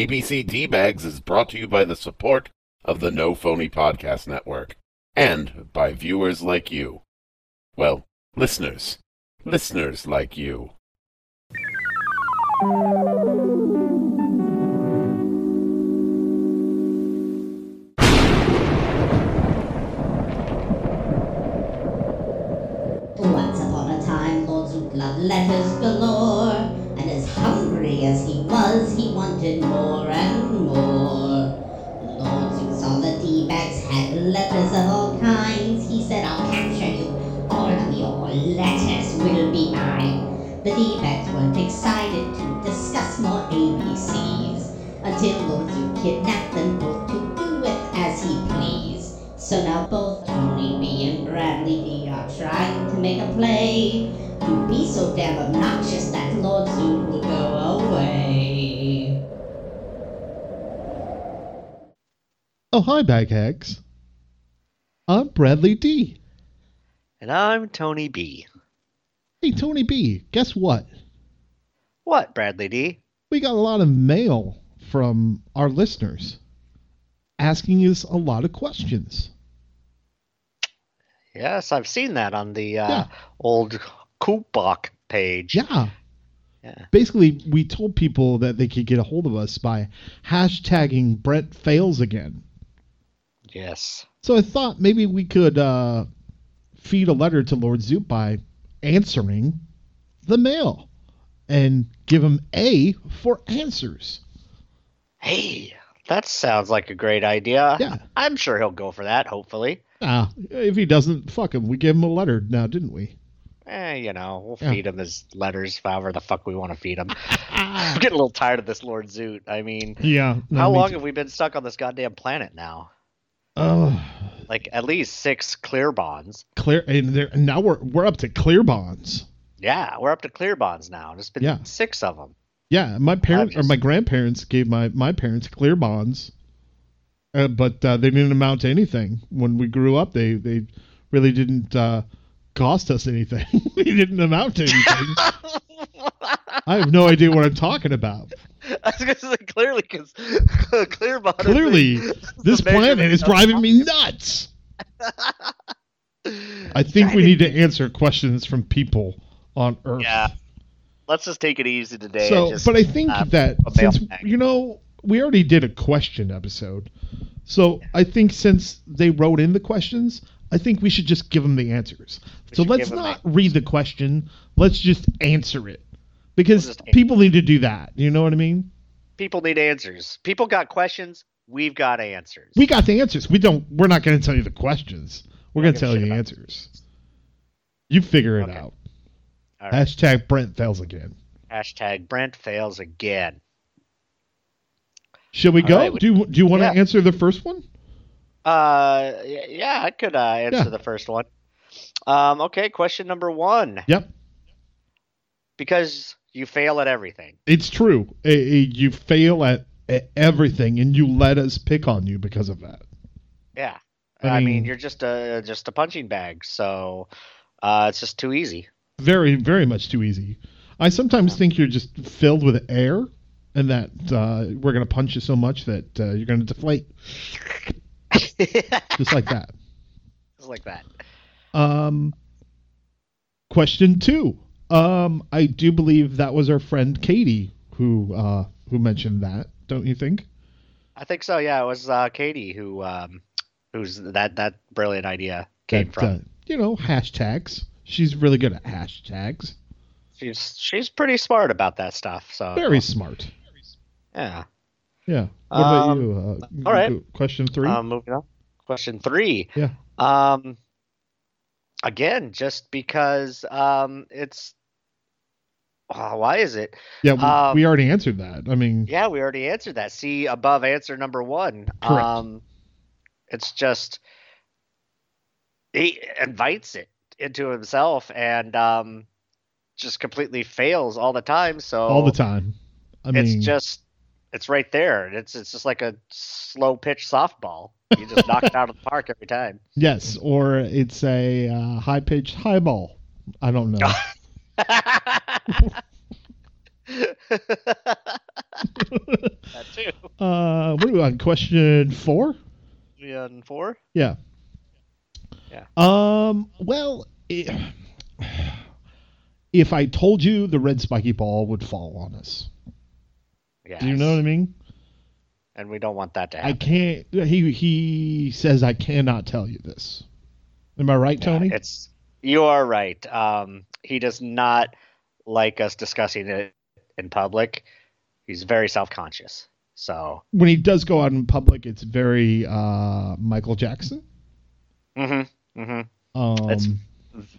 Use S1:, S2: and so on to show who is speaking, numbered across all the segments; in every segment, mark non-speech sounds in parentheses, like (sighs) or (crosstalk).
S1: ABC D-Bags is brought to you by the support of the No Phony Podcast Network and by viewers like you. Well, listeners. Listeners like you.
S2: Once upon a time, Lord Zoot loved letters galore, and as hungry as he was, he wanted more and more. Lord Zoot saw the tea bags had letters of all kinds. He said, I'll capture you. All of your letters will be mine. The tea bags weren't excited to discuss more ABCs until Lord Zoot kidnapped them both to do with as he pleased. So now both Tony B and Bradley B are trying to make a play to be so damn obnoxious that Lord Zoot will go away.
S3: Oh, hi, Baghags. I'm Bradley D.
S4: And I'm Tony B.
S3: Hey, Tony B, guess what?
S4: What, Bradley D?
S3: We got a lot of mail from our listeners asking us a lot of questions.
S4: Yes, I've seen that on the uh,
S3: Yeah.
S4: old Coupbach page.
S3: Yeah.
S4: Yeah.
S3: Basically, we told people that they could get a hold of us by hashtagging Brent fails again.
S4: Yes.
S3: So I thought maybe we could uh, feed a letter to Lord Zoot by answering the mail and give him A for answers.
S4: Hey, that sounds like a great idea.
S3: Yeah.
S4: I'm sure he'll go for that, hopefully.
S3: Ah, if he doesn't, fuck him. We gave him a letter now, didn't we?
S4: Eh, you know, we'll
S3: Yeah.
S4: feed him his letters, however the fuck we want
S3: (laughs)
S4: to feed him. I'm getting a little tired of this Lord Zoot. I mean,
S3: Yeah. no,
S4: how
S3: me
S4: long
S3: too.
S4: have we been stuck on this goddamn planet now?
S3: Oh,
S4: Like, at least six clear bonds.
S3: clear. And there, and now we're we're up to clear bonds.
S4: Yeah, we're up to clear bonds now. There's been
S3: Yeah.
S4: six of them.
S3: Yeah, my parents or
S4: just-
S3: my grandparents gave my my parents clear bonds, uh, but uh, they didn't amount to anything when we grew up. They they really didn't uh, cost us anything. (laughs) they didn't amount to anything.
S4: (laughs)
S3: I have no idea what I'm talking about.
S4: (laughs) I was gonna say clearly because (laughs) clear bond. is (laughs)
S3: Clearly,
S4: the-
S3: This
S4: the measurement
S3: planet is
S4: of-
S3: driving me nuts. I think we need to answer questions from people on Earth.
S4: (laughs) Yeah. Let's just take it easy today.
S3: So,
S4: and just-
S3: but I think
S4: uh,
S3: that
S4: a
S3: since
S4: mailbag.
S3: you know we already did a question episode, so I think since they wrote in the questions, I think we should just give them the answers. so
S4: should
S3: let's
S4: give 'em
S3: not read the question. Let's just answer it because
S4: We'll just answer.
S3: people need to do that. You know what I mean?
S4: people need answers. People got questions. We've got answers.
S3: We got the answers. We don't. We're not going to tell you the questions. We're
S4: don't
S3: going to
S4: give a
S3: tell
S4: shit
S3: you the
S4: about
S3: answers. You figure it
S4: Okay.
S3: out.
S4: All right.
S3: Hashtag Brent fails again.
S4: Hashtag Brent fails again.
S3: Shall we
S4: All
S3: go?
S4: right, we-
S3: do you, do you want to
S4: yeah.
S3: answer the first one?
S4: Uh, y- yeah, I could uh, answer
S3: Yeah.
S4: the first one. Um, okay, question number one.
S3: Yep.
S4: Because you fail at everything.
S3: It's true. Eh, eh, you fail at, at everything, and you let us pick on you because of that.
S4: Yeah.
S3: I
S4: I mean,
S3: mean-
S4: you're just a just a punching bag, so uh, it's just too easy. (laughs)
S3: Very, very much too easy. I sometimes think you're just filled with air, and that uh, we're gonna punch you so much that uh, you're gonna deflate
S4: just
S3: just like that.
S4: like that.
S3: Um, question two. Um, I do believe that was our friend Katie who uh, who mentioned that. Don't you think?
S4: I think so. Yeah, it was uh, Katie who um, who's that that brilliant idea came
S3: That,
S4: from.
S3: uh, you know, hashtags. She's really good at hashtags.
S4: She's she's pretty smart about that stuff. So
S3: Very smart.
S4: yeah.
S3: Yeah. What about
S4: Um,
S3: you? Uh,
S4: all right.
S3: go- Question three.
S4: Um, moving on. Question three.
S3: Yeah.
S4: Um, again, just because um, it's oh, why is it?
S3: yeah, we,
S4: um,
S3: we already answered that. I mean,
S4: Yeah, we already answered that. See above answer number one.
S3: Correct.
S4: Um, it's just he invites it into himself and um, just completely fails all the time. So
S3: all the time. I mean,
S4: it's just it's right there. It's it's just like a slow pitch softball. You just knock it out of the park every time. (laughs)
S3: yes, or it's a uh, high pitched highball.
S4: (laughs)
S3: I don't know.
S4: That too.
S3: uh, what are we on? Question four?
S4: We on four?
S3: Yeah.
S4: Yeah.
S3: Um. Well, i (sighs) if I told you the red spiky ball would fall on us,
S4: Yeah.
S3: do (laughs) you know what I mean?
S4: And we don't want that to
S3: I
S4: happen.
S3: can't. He he says I cannot tell you this. Am I right,
S4: Yeah,
S3: Tony?
S4: it's you are right. Um, he does not like us discussing it in public. He's very self conscious. So
S3: when he does go out in public, it's very uh, Michael Jackson.
S4: mm-hmm, mm-hmm.
S3: Um,
S4: It's-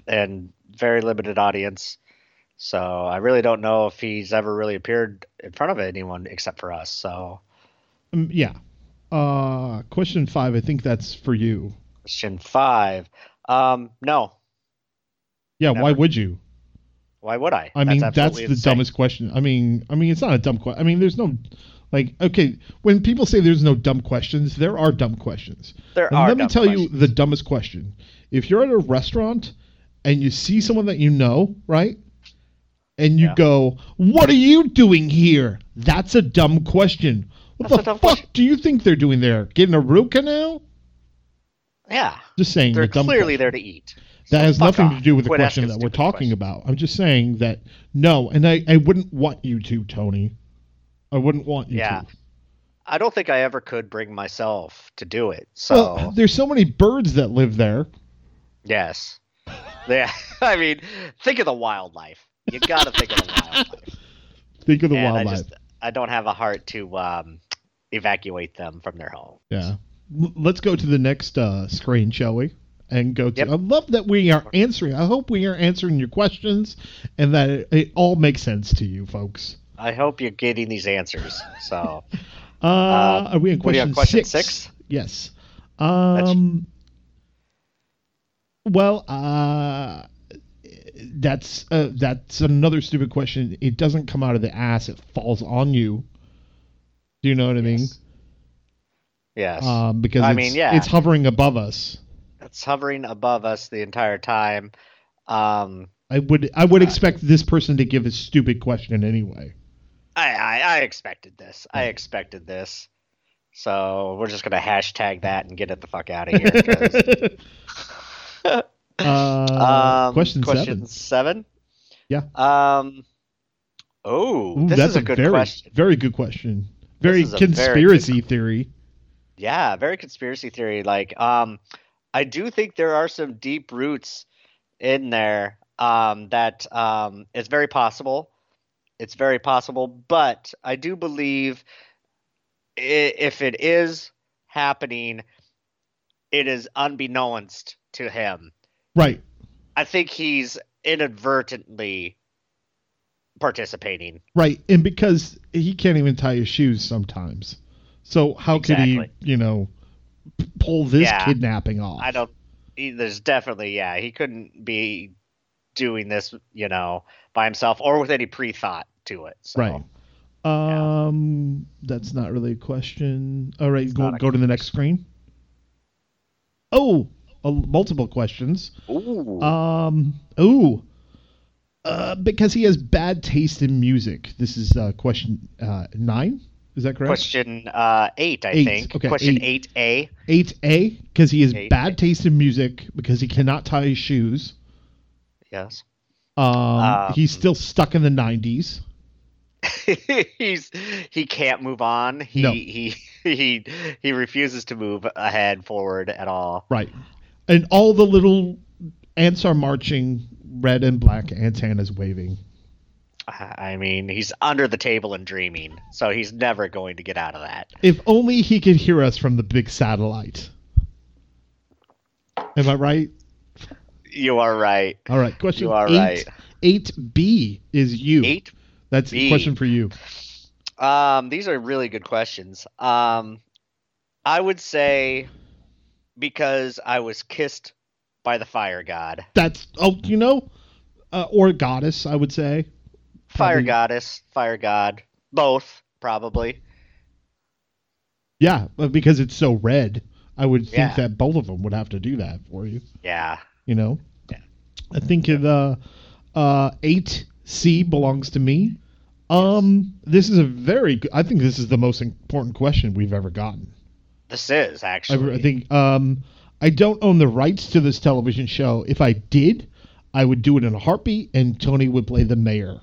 S4: and very limited audience. So I really don't know if he's ever really appeared in front of anyone except for us. So
S3: um, yeah. Uh, question five. I think that's for you.
S4: question five. Um, no.
S3: Yeah. Why
S4: Never.
S3: would you?
S4: Why would I?
S3: I mean, that's,
S4: absolutely
S3: the
S4: insane.
S3: dumbest question. I mean, I mean, it's not a dumb question. I mean, there's no, like, okay, when people say there's no dumb questions, there are dumb questions.
S4: There
S3: And
S4: are.
S3: let me
S4: dumb
S3: tell
S4: questions.
S3: you the dumbest question. If you're at a restaurant and you see someone that you know, right? And you
S4: Yeah.
S3: go, "What are you doing here?" That's a dumb question. What
S4: That's a
S3: the
S4: dumb
S3: fuck
S4: question.
S3: do you think they're doing there? Getting a root canal?
S4: Yeah,
S3: Just saying,
S4: they're
S3: the dumb
S4: clearly there to eat.
S3: that has
S4: fuck
S3: nothing to
S4: off.
S3: do with the
S4: Quit
S3: question
S4: asking
S3: that we're
S4: stupid
S3: talking
S4: questions.
S3: about. I'm just saying that no, and I, I wouldn't want you to, Tony. I wouldn't want you
S4: Yeah.
S3: to.
S4: I don't think I ever could bring myself to do it. So
S3: Well, there's so many birds that live there.
S4: (laughs) yes, yeah. (laughs) I mean, think of the wildlife. You got to think
S3: (laughs)
S4: of the wildlife.
S3: Think of the
S4: And
S3: wildlife.
S4: I just, I don't have a heart to um, evacuate them from their home.
S3: Yeah. L- let's go to the next uh, screen, shall we? And go to.
S4: Yep.
S3: I love that we are answering. I hope we are answering your questions, and that it, it all makes sense to you, folks.
S4: I hope you're getting these answers.
S3: (laughs)
S4: So
S3: Uh, are we on
S4: we
S3: question,
S4: on question six?
S3: Yes. Um. Well, uh, that's uh, that's another stupid question. It doesn't come out of the ass; it falls on you. Do you know what I mean?
S4: yes. Yes.
S3: Um, because
S4: I
S3: it's,
S4: mean, yeah.
S3: it's hovering above us.
S4: it's hovering above us the entire time. Um,
S3: I would I would expect this person to give a stupid question anyway.
S4: I, I, I expected this. I expected this. So we're just gonna hashtag that and get it the fuck out
S3: (laughs)
S4: of here. 'cause-
S3: uh,
S4: (laughs) um,
S3: question,
S4: question
S3: seven.
S4: seven.
S3: Yeah.
S4: Um. Oh,
S3: Ooh,
S4: this
S3: that's
S4: is a good
S3: very,
S4: question.
S3: Very good question. Very
S4: is a very good
S3: conspiracy theory.
S4: Yeah, very conspiracy theory. Like, um, I do think there are some deep roots in there. Um, that um, it's very possible. It's very possible, but I do believe i- if it is happening, it is unbeknownst to him.
S3: Right.
S4: I think he's inadvertently participating.
S3: Right. And because he can't even tie his shoes sometimes. So how could
S4: Exactly.
S3: he, you know, p- pull this
S4: Yeah.
S3: kidnapping off?
S4: I don't. He, there's definitely yeah. He couldn't be doing this, you know, by himself or with any pre thought to it. So.
S3: Right. Um that's not really a question. All right, go,
S4: not a
S3: go to the next screen. Oh, uh, multiple questions.
S4: Ooh.
S3: Um. Ooh. Uh, because he has bad taste in music. This is uh, question uh, nine. Is that correct?
S4: Question uh, eight, I
S3: Eight,
S4: think.
S3: okay,
S4: Question eight A.
S3: Eight A. Because he has
S4: Eight.
S3: bad taste in music. Because he cannot tie his shoes.
S4: Yes. (laughs)
S3: Um,
S4: Um,
S3: he's still stuck in the nineties.
S4: He's he can't move on. He
S3: No.
S4: he he he refuses to move ahead forward at all.
S3: Right. And all the little ants are marching. Red and black antennas waving.
S4: I I mean, he's under the table and dreaming, so he's never going to get out of that.
S3: If only he could hear us from the big satellite. Am I right?
S4: You are right.
S3: All right. Question
S4: You are
S3: eight.
S4: right.
S3: Eight B is you.
S4: Eight
S3: That's a
S4: B.
S3: question for you.
S4: Um, these are really good questions. Um, I would say because I was kissed by the fire god,
S3: That's oh, you know, uh, or goddess, I would say.
S4: fire
S3: Probably-
S4: goddess, fire god, both probably.
S3: Yeah, but because it's so red, I would think
S4: Yeah.
S3: that both of them would have to do that for you.
S4: Yeah,
S3: You know. I think the uh, eight C uh, belongs to me. Um, this is a very. g- I think this is the most important question we've ever gotten.
S4: This is
S3: I,
S4: actually.
S3: I think. Um, I don't own the rights to this television show. If I did, I would do it in a heartbeat, and Tony would play the mayor.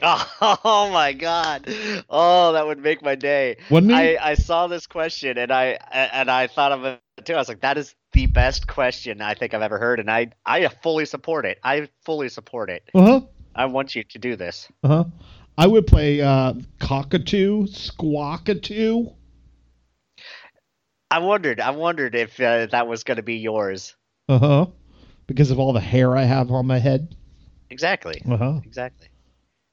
S4: (laughs) Oh, my god! Oh, that would make my day.
S3: Wouldn't it?
S4: I, I saw this question and I and I thought of it too. I was like, that is the best question I think I've ever heard, and I I fully support it. I fully support it.
S3: Uh huh.
S4: I want you to do this.
S3: Uh huh. I would play uh, cockatoo, squawkatoo.
S4: I wondered. I wondered if uh, that was going to be yours.
S3: Uh huh. Because of all the hair I have on my head.
S4: Exactly.
S3: Uh huh.
S4: Exactly.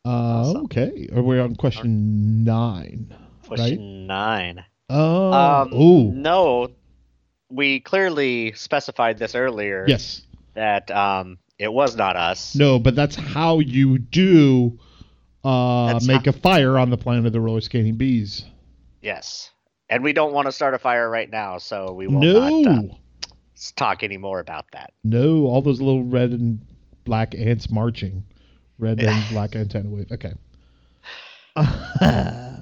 S3: Uh, okay. Are we on question nine?
S4: Question nine.
S3: Oh.
S4: Um,
S3: ooh.
S4: No, we clearly specified this earlier.
S3: Yes.
S4: That um, it was not us.
S3: No, but that's how you do uh,
S4: That's
S3: make a fire on the planet of the roller skating bees.
S4: Yes. And we don't want to start a fire right now, so we will
S3: No.
S4: not uh, s- talk any more about that.
S3: No. All those little red and black ants marching. Red and black antenna wave. Okay. (laughs)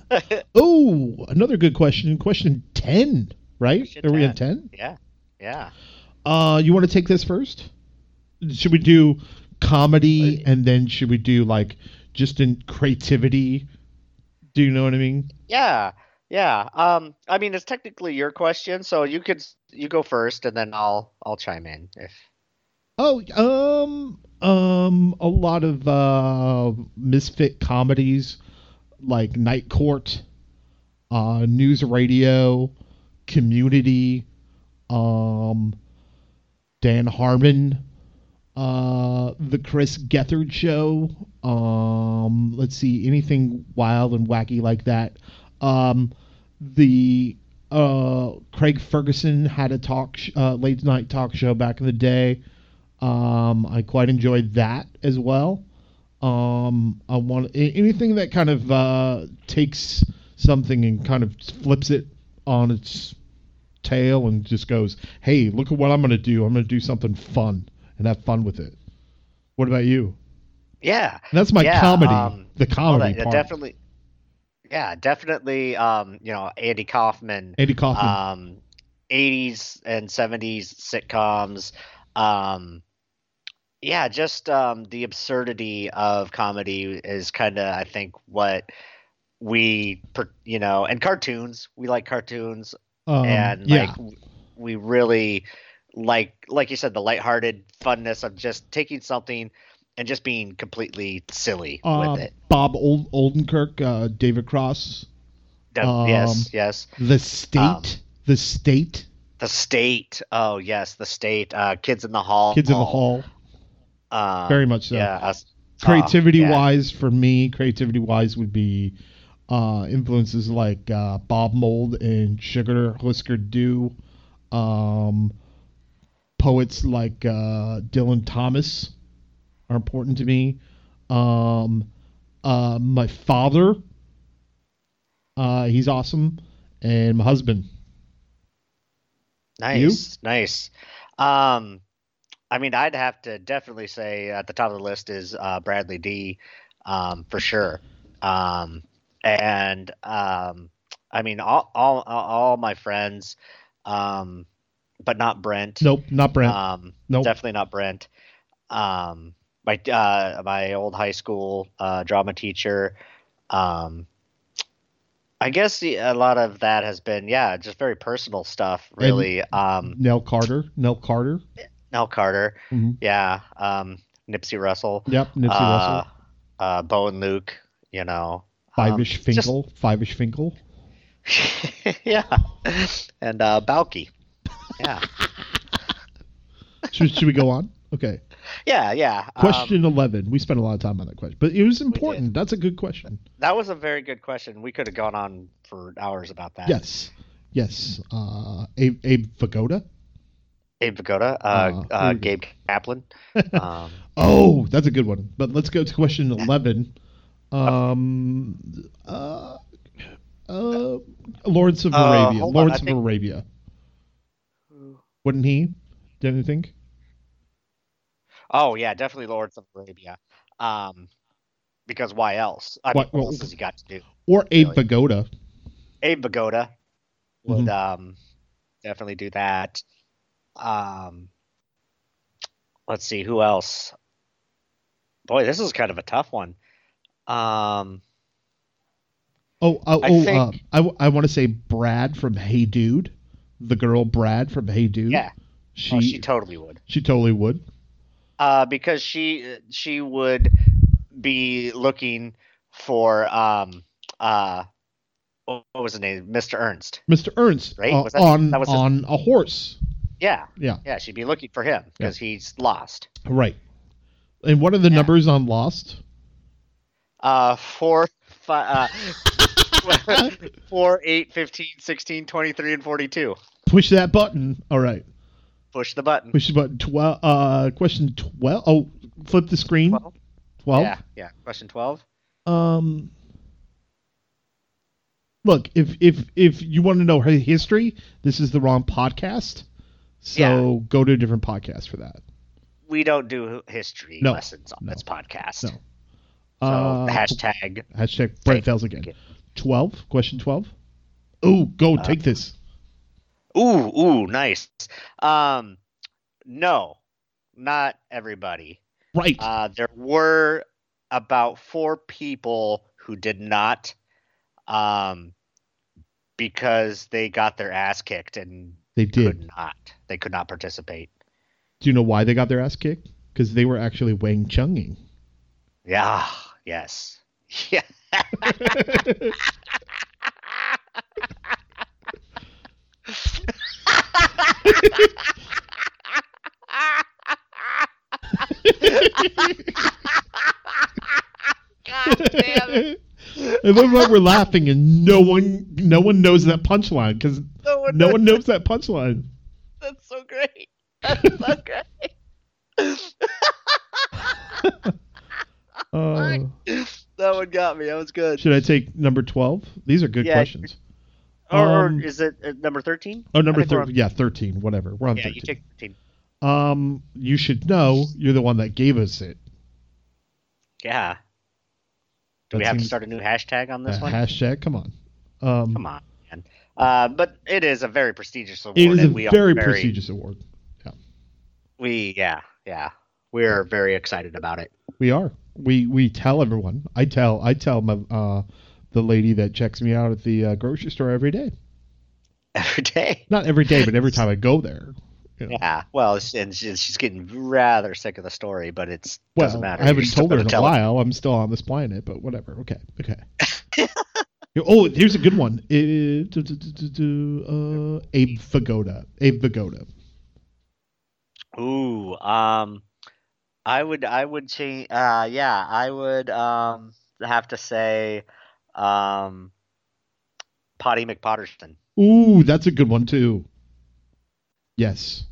S3: oh, another good question. Question 10, right?
S4: Question
S3: Are we on 10?
S4: 10. Yeah. Yeah.
S3: Uh, you want to take this first? Should we do comedy and then should we do like just in creativity? Do you know what I mean?
S4: Yeah. Yeah. Um I mean it's technically your question, so you could s- you go first and then I'll I'll chime in if
S3: Oh, um, um, a lot of uh, misfit comedies like Night Court, uh, News Radio, Community, um, Dan Harmon, uh, the Chris Gethard Show. Um, let's see, anything wild and wacky like that. Um, the uh, Craig Ferguson had a talk, sh- uh, late night talk show back in the day. Um, I quite enjoyed that as well. Um, I want a- anything that kind of uh, takes something and kind of flips it on its tail and just goes, "Hey, look at what I'm going to do. I'm going to do something fun and have fun with it." What about you?
S4: Yeah.
S3: And that's my
S4: Yeah,
S3: comedy,
S4: um,
S3: the
S4: Well,
S3: comedy
S4: that-
S3: part.
S4: definitely Yeah, definitely um, you know, Andy Kaufman
S3: Andy Kaufman.
S4: um 80s and 70s sitcoms um yeah just um the absurdity of comedy is kind of i think what we per- you know and cartoons we like cartoons
S3: Um,
S4: and
S3: yeah,
S4: like w- we really like like you said the lighthearted funness of just taking something and just being completely silly
S3: uh,
S4: with it
S3: Bob Old- Oldenkirk, uh, David Cross,
S4: Def-
S3: um,
S4: yes yes
S3: The State,
S4: Um,
S3: The State,
S4: the state oh yes the state uh kids in the hall
S3: Kids in the Hall.
S4: Um,
S3: Very much so.
S4: Yeah. us- uh,
S3: Um, creativity
S4: yeah.
S3: wise for me creativity wise would be uh influences like uh bob mold and sugar husker du um poets like uh dylan thomas are important to me um uh my father uh he's awesome and my husband you?
S4: Nice. Nice. Um, I mean, I'd have to definitely say at the top of the list is uh, Bradley D, um, for sure. Um, and um, I mean, all, all all my friends, um, but not Brent.
S3: nope not brent
S4: Um,
S3: Nope.
S4: Definitely not Brent. Um, my uh, my old high school uh, drama teacher. Um, I guess the, a lot of that has been yeah, just very personal stuff, really. um,
S3: nell carter nell carter
S4: Nell Carter,
S3: Mhm.
S4: yeah. Um, Nipsey Russell,
S3: yep nipsey
S4: uh,
S3: russell
S4: uh, Bo and Luke, you know. (laughs) um,
S3: fivish finkel fivish finkel
S4: yeah, and uh, Balky. Yeah,
S3: should, should we go on okay
S4: yeah, yeah. um,
S3: Question 11. We spent a lot of time on that question, but it was important. That's a good question.
S4: that was a very good question. We could have gone on for hours about that.
S3: Yes. Yes. Uh, Abe, Abe Vigoda?
S4: Abe Vigoda, uh,
S3: Uh,
S4: uh,
S3: who-
S4: Gabe Kaplan. Um,
S3: (laughs) Oh, that's a good one. But let's go to question 11. Um, uh, uh, Lawrence of
S4: Uh,
S3: Arabia.
S4: hold on,
S3: Lawrence
S4: I
S3: of
S4: think-
S3: Arabia. Wouldn't he? Didn't you think?
S4: oh yeah, definitely Lawrence of Arabia. Um, because why else? I
S3: What-
S4: mean, what
S3: well-
S4: else has he got to do?
S3: or a
S4: Really?
S3: pagoda.
S4: Abe Vigoda would um, definitely do that. Um, let's see who else. Boy, this is kind of a tough one. Um,
S3: Oh, uh,
S4: I
S3: oh,
S4: think-
S3: uh, I, w- I want to say Brad from Hey Dude, the girl Brad from Hey Dude.
S4: yeah,
S3: she
S4: oh, she totally would.
S3: she totally would.
S4: uh, because she she would be looking for um uh what what was his name Mr. Ernst
S3: Mr. Ernst
S4: Right?
S3: uh,
S4: Was that-
S3: on
S4: that was his-
S3: on a horse.
S4: yeah
S3: Yeah.
S4: yeah she'd be looking for him because he's lost
S3: Right. And what are the
S4: Yeah.
S3: numbers on Lost?
S4: uh four five uh, (laughs) four eight 15 16 23 and 42
S3: Push that button. All right.
S4: push the button
S3: Push the button. Twelve. Uh, question twelve. Oh, flip the screen.
S4: Twelve?
S3: Twelve.
S4: yeah yeah question 12
S3: Um. Look, if if if you want to know her history, this is the wrong podcast. So go to a different podcast for that.
S4: we don't do history
S3: No.
S4: lessons on
S3: No.
S4: this podcast
S3: No.
S4: so
S3: Uh,
S4: hashtag
S3: hashtag Brett
S4: Take-
S3: fails again. Twelve. Question twelve. Oh, go
S4: Uh,
S3: take this.
S4: Ooh, ooh, nice. Um, no, not everybody.
S3: Right.
S4: Uh, there were about four people who did not, um, because they got their ass kicked and
S3: they did.
S4: could not. They could not participate.
S3: Do you know why they got their ass kicked? Because they were actually Wang Chunging.
S4: Yeah. Yes. (laughs) Yeah. God damn it.
S3: I love how we're laughing and no one no one knows that punchline because
S4: No one
S3: no one knows that punchline.
S4: That's so great. That's so (laughs) great.
S3: Uh,
S4: that one got me. That was good.
S3: should I take number twelve? These are good
S4: Yeah,
S3: questions.
S4: Or,
S3: Um,
S4: or is it uh, number 13?
S3: Oh, number
S4: I think we're on-
S3: thirteen. Yeah, thirteen. Whatever. We're on
S4: Yeah, you
S3: thirteen.
S4: take 13.
S3: um, you should know you're the one that gave us it.
S4: Yeah. Do we
S3: That
S4: have to
S3: seems-
S4: start a new hashtag on this
S3: uh,
S4: one?
S3: Hashtag. Come on. Um,
S4: Come on, man. Uh, but it is a very prestigious award.
S3: It is a
S4: and we are
S3: very prestigious award.
S4: We, yeah, yeah. We're very excited about it. (laughs)
S3: We are. We we tell everyone. I tell I tell my uh, the lady that checks me out at the uh, grocery store every day.
S4: Every day.
S3: Not every day, but every time I go there. you know.
S4: Yeah. Well, it's- and she's she's getting rather sick of the story, but it's (laughs) doesn't
S3: Well,
S4: matter.
S3: I
S4: You're
S3: haven't
S4: still
S3: told her
S4: gonna
S3: in a
S4: tell
S3: while. I'm still on this planet, but whatever. Okay, okay. (laughs) Yo- oh, here's a good one. Uh, do, do, do, do, do, uh, Abe Vigoda. Abe Vigoda.
S4: Ooh, um, I would, I would change. Uh, yeah, I would um have to say, um, Potty McPotterson.
S3: Ooh, that's a good one too. Yes.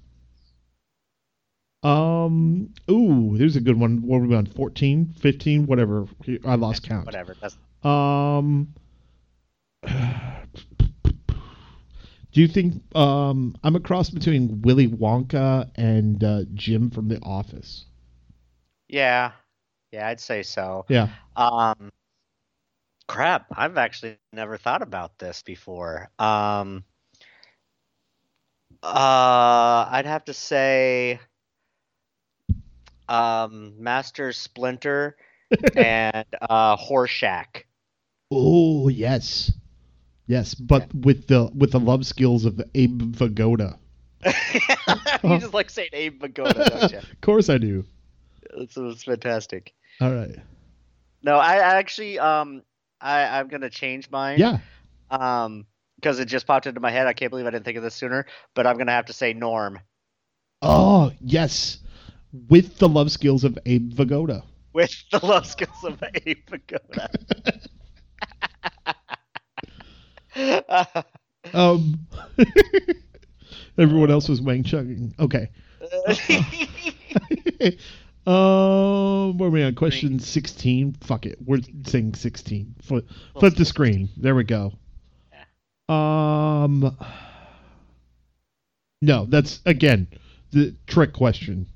S3: Um. Ooh, there's a good one. What were we on? 14, 15, whatever. I lost count.
S4: Whatever. That's
S3: Um, (sighs) do you think um, I'm a cross between Willy Wonka and uh, Jim from The Office?
S4: yeah, yeah. I'd say so.
S3: Yeah,
S4: Um, crap. I've actually never thought about this before. Um, uh, I'd have to say, um, Master Splinter and uh, Horshack. (laughs)
S3: Oh yes, yes, but with the with the love skills of Abe Vigoda.
S4: you just like saying Abe Vigoda, don't
S3: (laughs)
S4: you?
S3: of course I do.
S4: It's, it's fantastic.
S3: All right.
S4: No, I, I actually, um, I, I'm gonna change mine.
S3: Yeah.
S4: Um, because it just popped into my head. I can't believe I didn't think of this sooner. But I'm gonna have to say Norm (laughs)
S3: Oh yes, with the love skills of Abe Vigoda.
S4: with the love skills of Abe Vigoda.
S3: Um. (laughs) everyone else was Wang chugging. Okay. (laughs) um, where are we on question sixteen? Fuck it, we're saying sixteen. Flip, flip the screen. There we go. Um, no, that's again the trick question.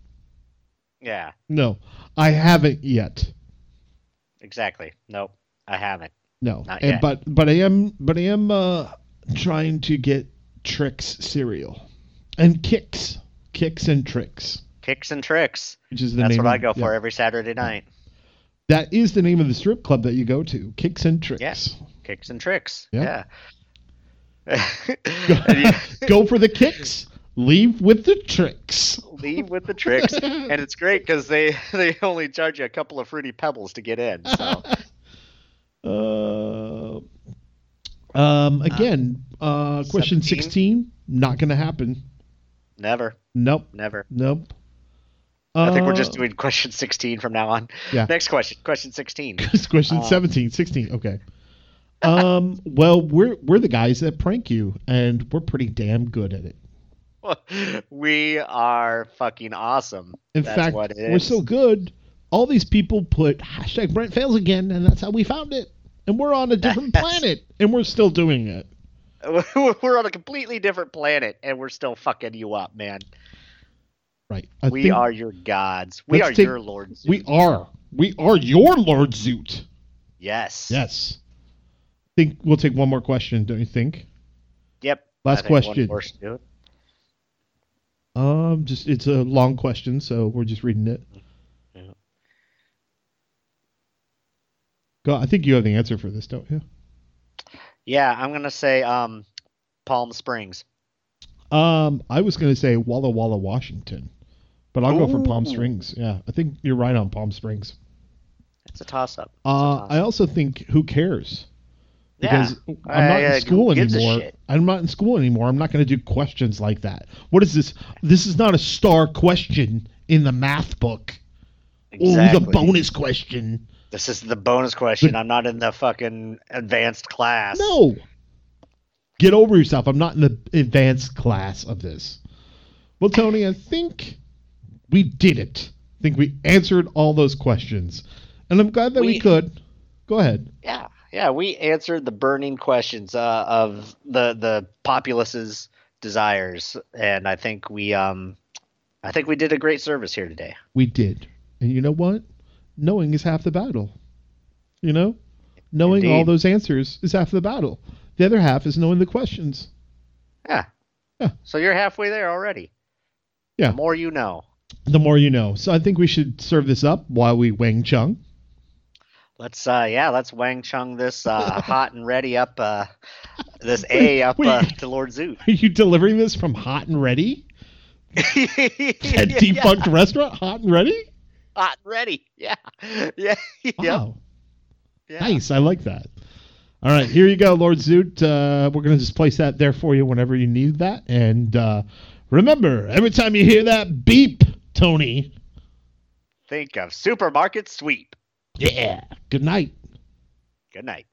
S4: (laughs) yeah.
S3: No, I haven't yet.
S4: exactly. Nope, I haven't.
S3: No,
S4: Not
S3: and,
S4: yet.
S3: but but I am but I am uh, trying to get tricks cereal, and kicks, kicks and tricks,
S4: Kicks and tricks.
S3: which is the
S4: That's
S3: name.
S4: what
S3: of-
S4: I go for
S3: yeah.
S4: every Saturday night.
S3: That is the name of the strip club that you go to, kicks and tricks.
S4: Kicks and tricks.
S3: Yeah.
S4: Yeah. (laughs) And you-
S3: (laughs) (laughs) go for the kicks, leave with the tricks.
S4: leave with the tricks and it's great because they (laughs) they only charge you a couple of fruity pebbles to get
S3: (laughs)
S4: in so
S3: Uh, um, again, uh, question
S4: 17?
S3: 16, not going to happen.
S4: never
S3: Nope,
S4: never
S3: nope.
S4: i think we're just
S3: Uh,
S4: doing question 16 from now on
S3: Yeah.
S4: next question question 16
S3: It's question
S4: Um,
S3: 17, 16. Okay. Um, well, we're we're the guys that prank you, and we're pretty damn good at it.
S4: (laughs) we are fucking awesome
S3: In
S4: That's
S3: fact,
S4: what it
S3: we're
S4: is.
S3: so good. All these people put hashtag Brent fails again, and that's how we found it. And we're on a
S4: (laughs)
S3: different
S4: That's-
S3: planet, and we're still doing it.
S4: (laughs) we're on a completely different planet and we're still fucking you up man
S3: Right. I
S4: we
S3: think
S4: are your gods we
S3: Let's
S4: are
S3: take-
S4: your lords
S3: We are. We are your Lord Zoot.
S4: yes
S3: Yes. Think we'll take one more question, don't you think?
S4: yep
S3: Last
S4: I think one
S3: question.
S4: more should do it.
S3: Um, just it's a long question, so we're just reading it.
S4: Yeah.
S3: Go. I think you have the answer for this, don't you?
S4: yeah i'm gonna say um palm springs
S3: Um, I was going to say Walla Walla, Washington, but I'll go for Palm
S4: Ooh.
S3: Springs. Yeah, I think you're right on Palm Springs.
S4: it's a toss-up It's a
S3: Uh, I
S4: toss-up.
S3: also think who cares
S4: yeah
S3: because I'm not
S4: I, uh,
S3: in school
S4: who gives a
S3: anymore.
S4: shit?
S3: I'm not in school anymore. I'm not going to do questions like that. What is this? This is not a star question in the math book.
S4: Exactly.
S3: Or the oh, bonus question.
S4: This is the bonus question. I'm not in the fucking advanced class.
S3: No. Get over yourself. I'm not in the advanced class of this. Well, Tony, I think we did it. I think we answered all those questions. And I'm glad that we,
S4: We-
S3: could. Go ahead.
S4: Yeah, yeah. We answered the burning questions uh, of the the populace's desires, and I think we um, I think we did a great service here today.
S3: We did. And you know what? Knowing is half the battle. You know? Knowing all
S4: Indeed.
S3: those answers is half the battle. The other half is knowing the questions.
S4: Yeah.
S3: Yeah.
S4: So you're halfway there already.
S3: Yeah.
S4: The more you know.
S3: The more you know. So I think we should serve this up while we Wang Chung. (laughs)
S4: Let's uh, yeah, let's Wang Chung this uh,
S3: (laughs)
S4: hot and ready up uh, this A up
S3: wait.
S4: uh, to Lord
S3: (laughs)
S4: Zoot.
S3: Are you delivering this from Hot and Ready?
S4: (laughs)
S3: (laughs) That
S4: Yeah,
S3: defunct restaurant, Hot and Ready?
S4: hot and ready. Yeah. (laughs) Yeah. (laughs) Yep.
S3: Wow.
S4: Yeah.
S3: Oh, Nice. I like that. All right. Here you go, Lord Zoot. Uh, we're going to just place that there for you whenever you need that. And uh, remember, every time you hear that beep, Tony,
S4: Think of supermarket sweep.
S3: yeah, good night.
S4: Good night.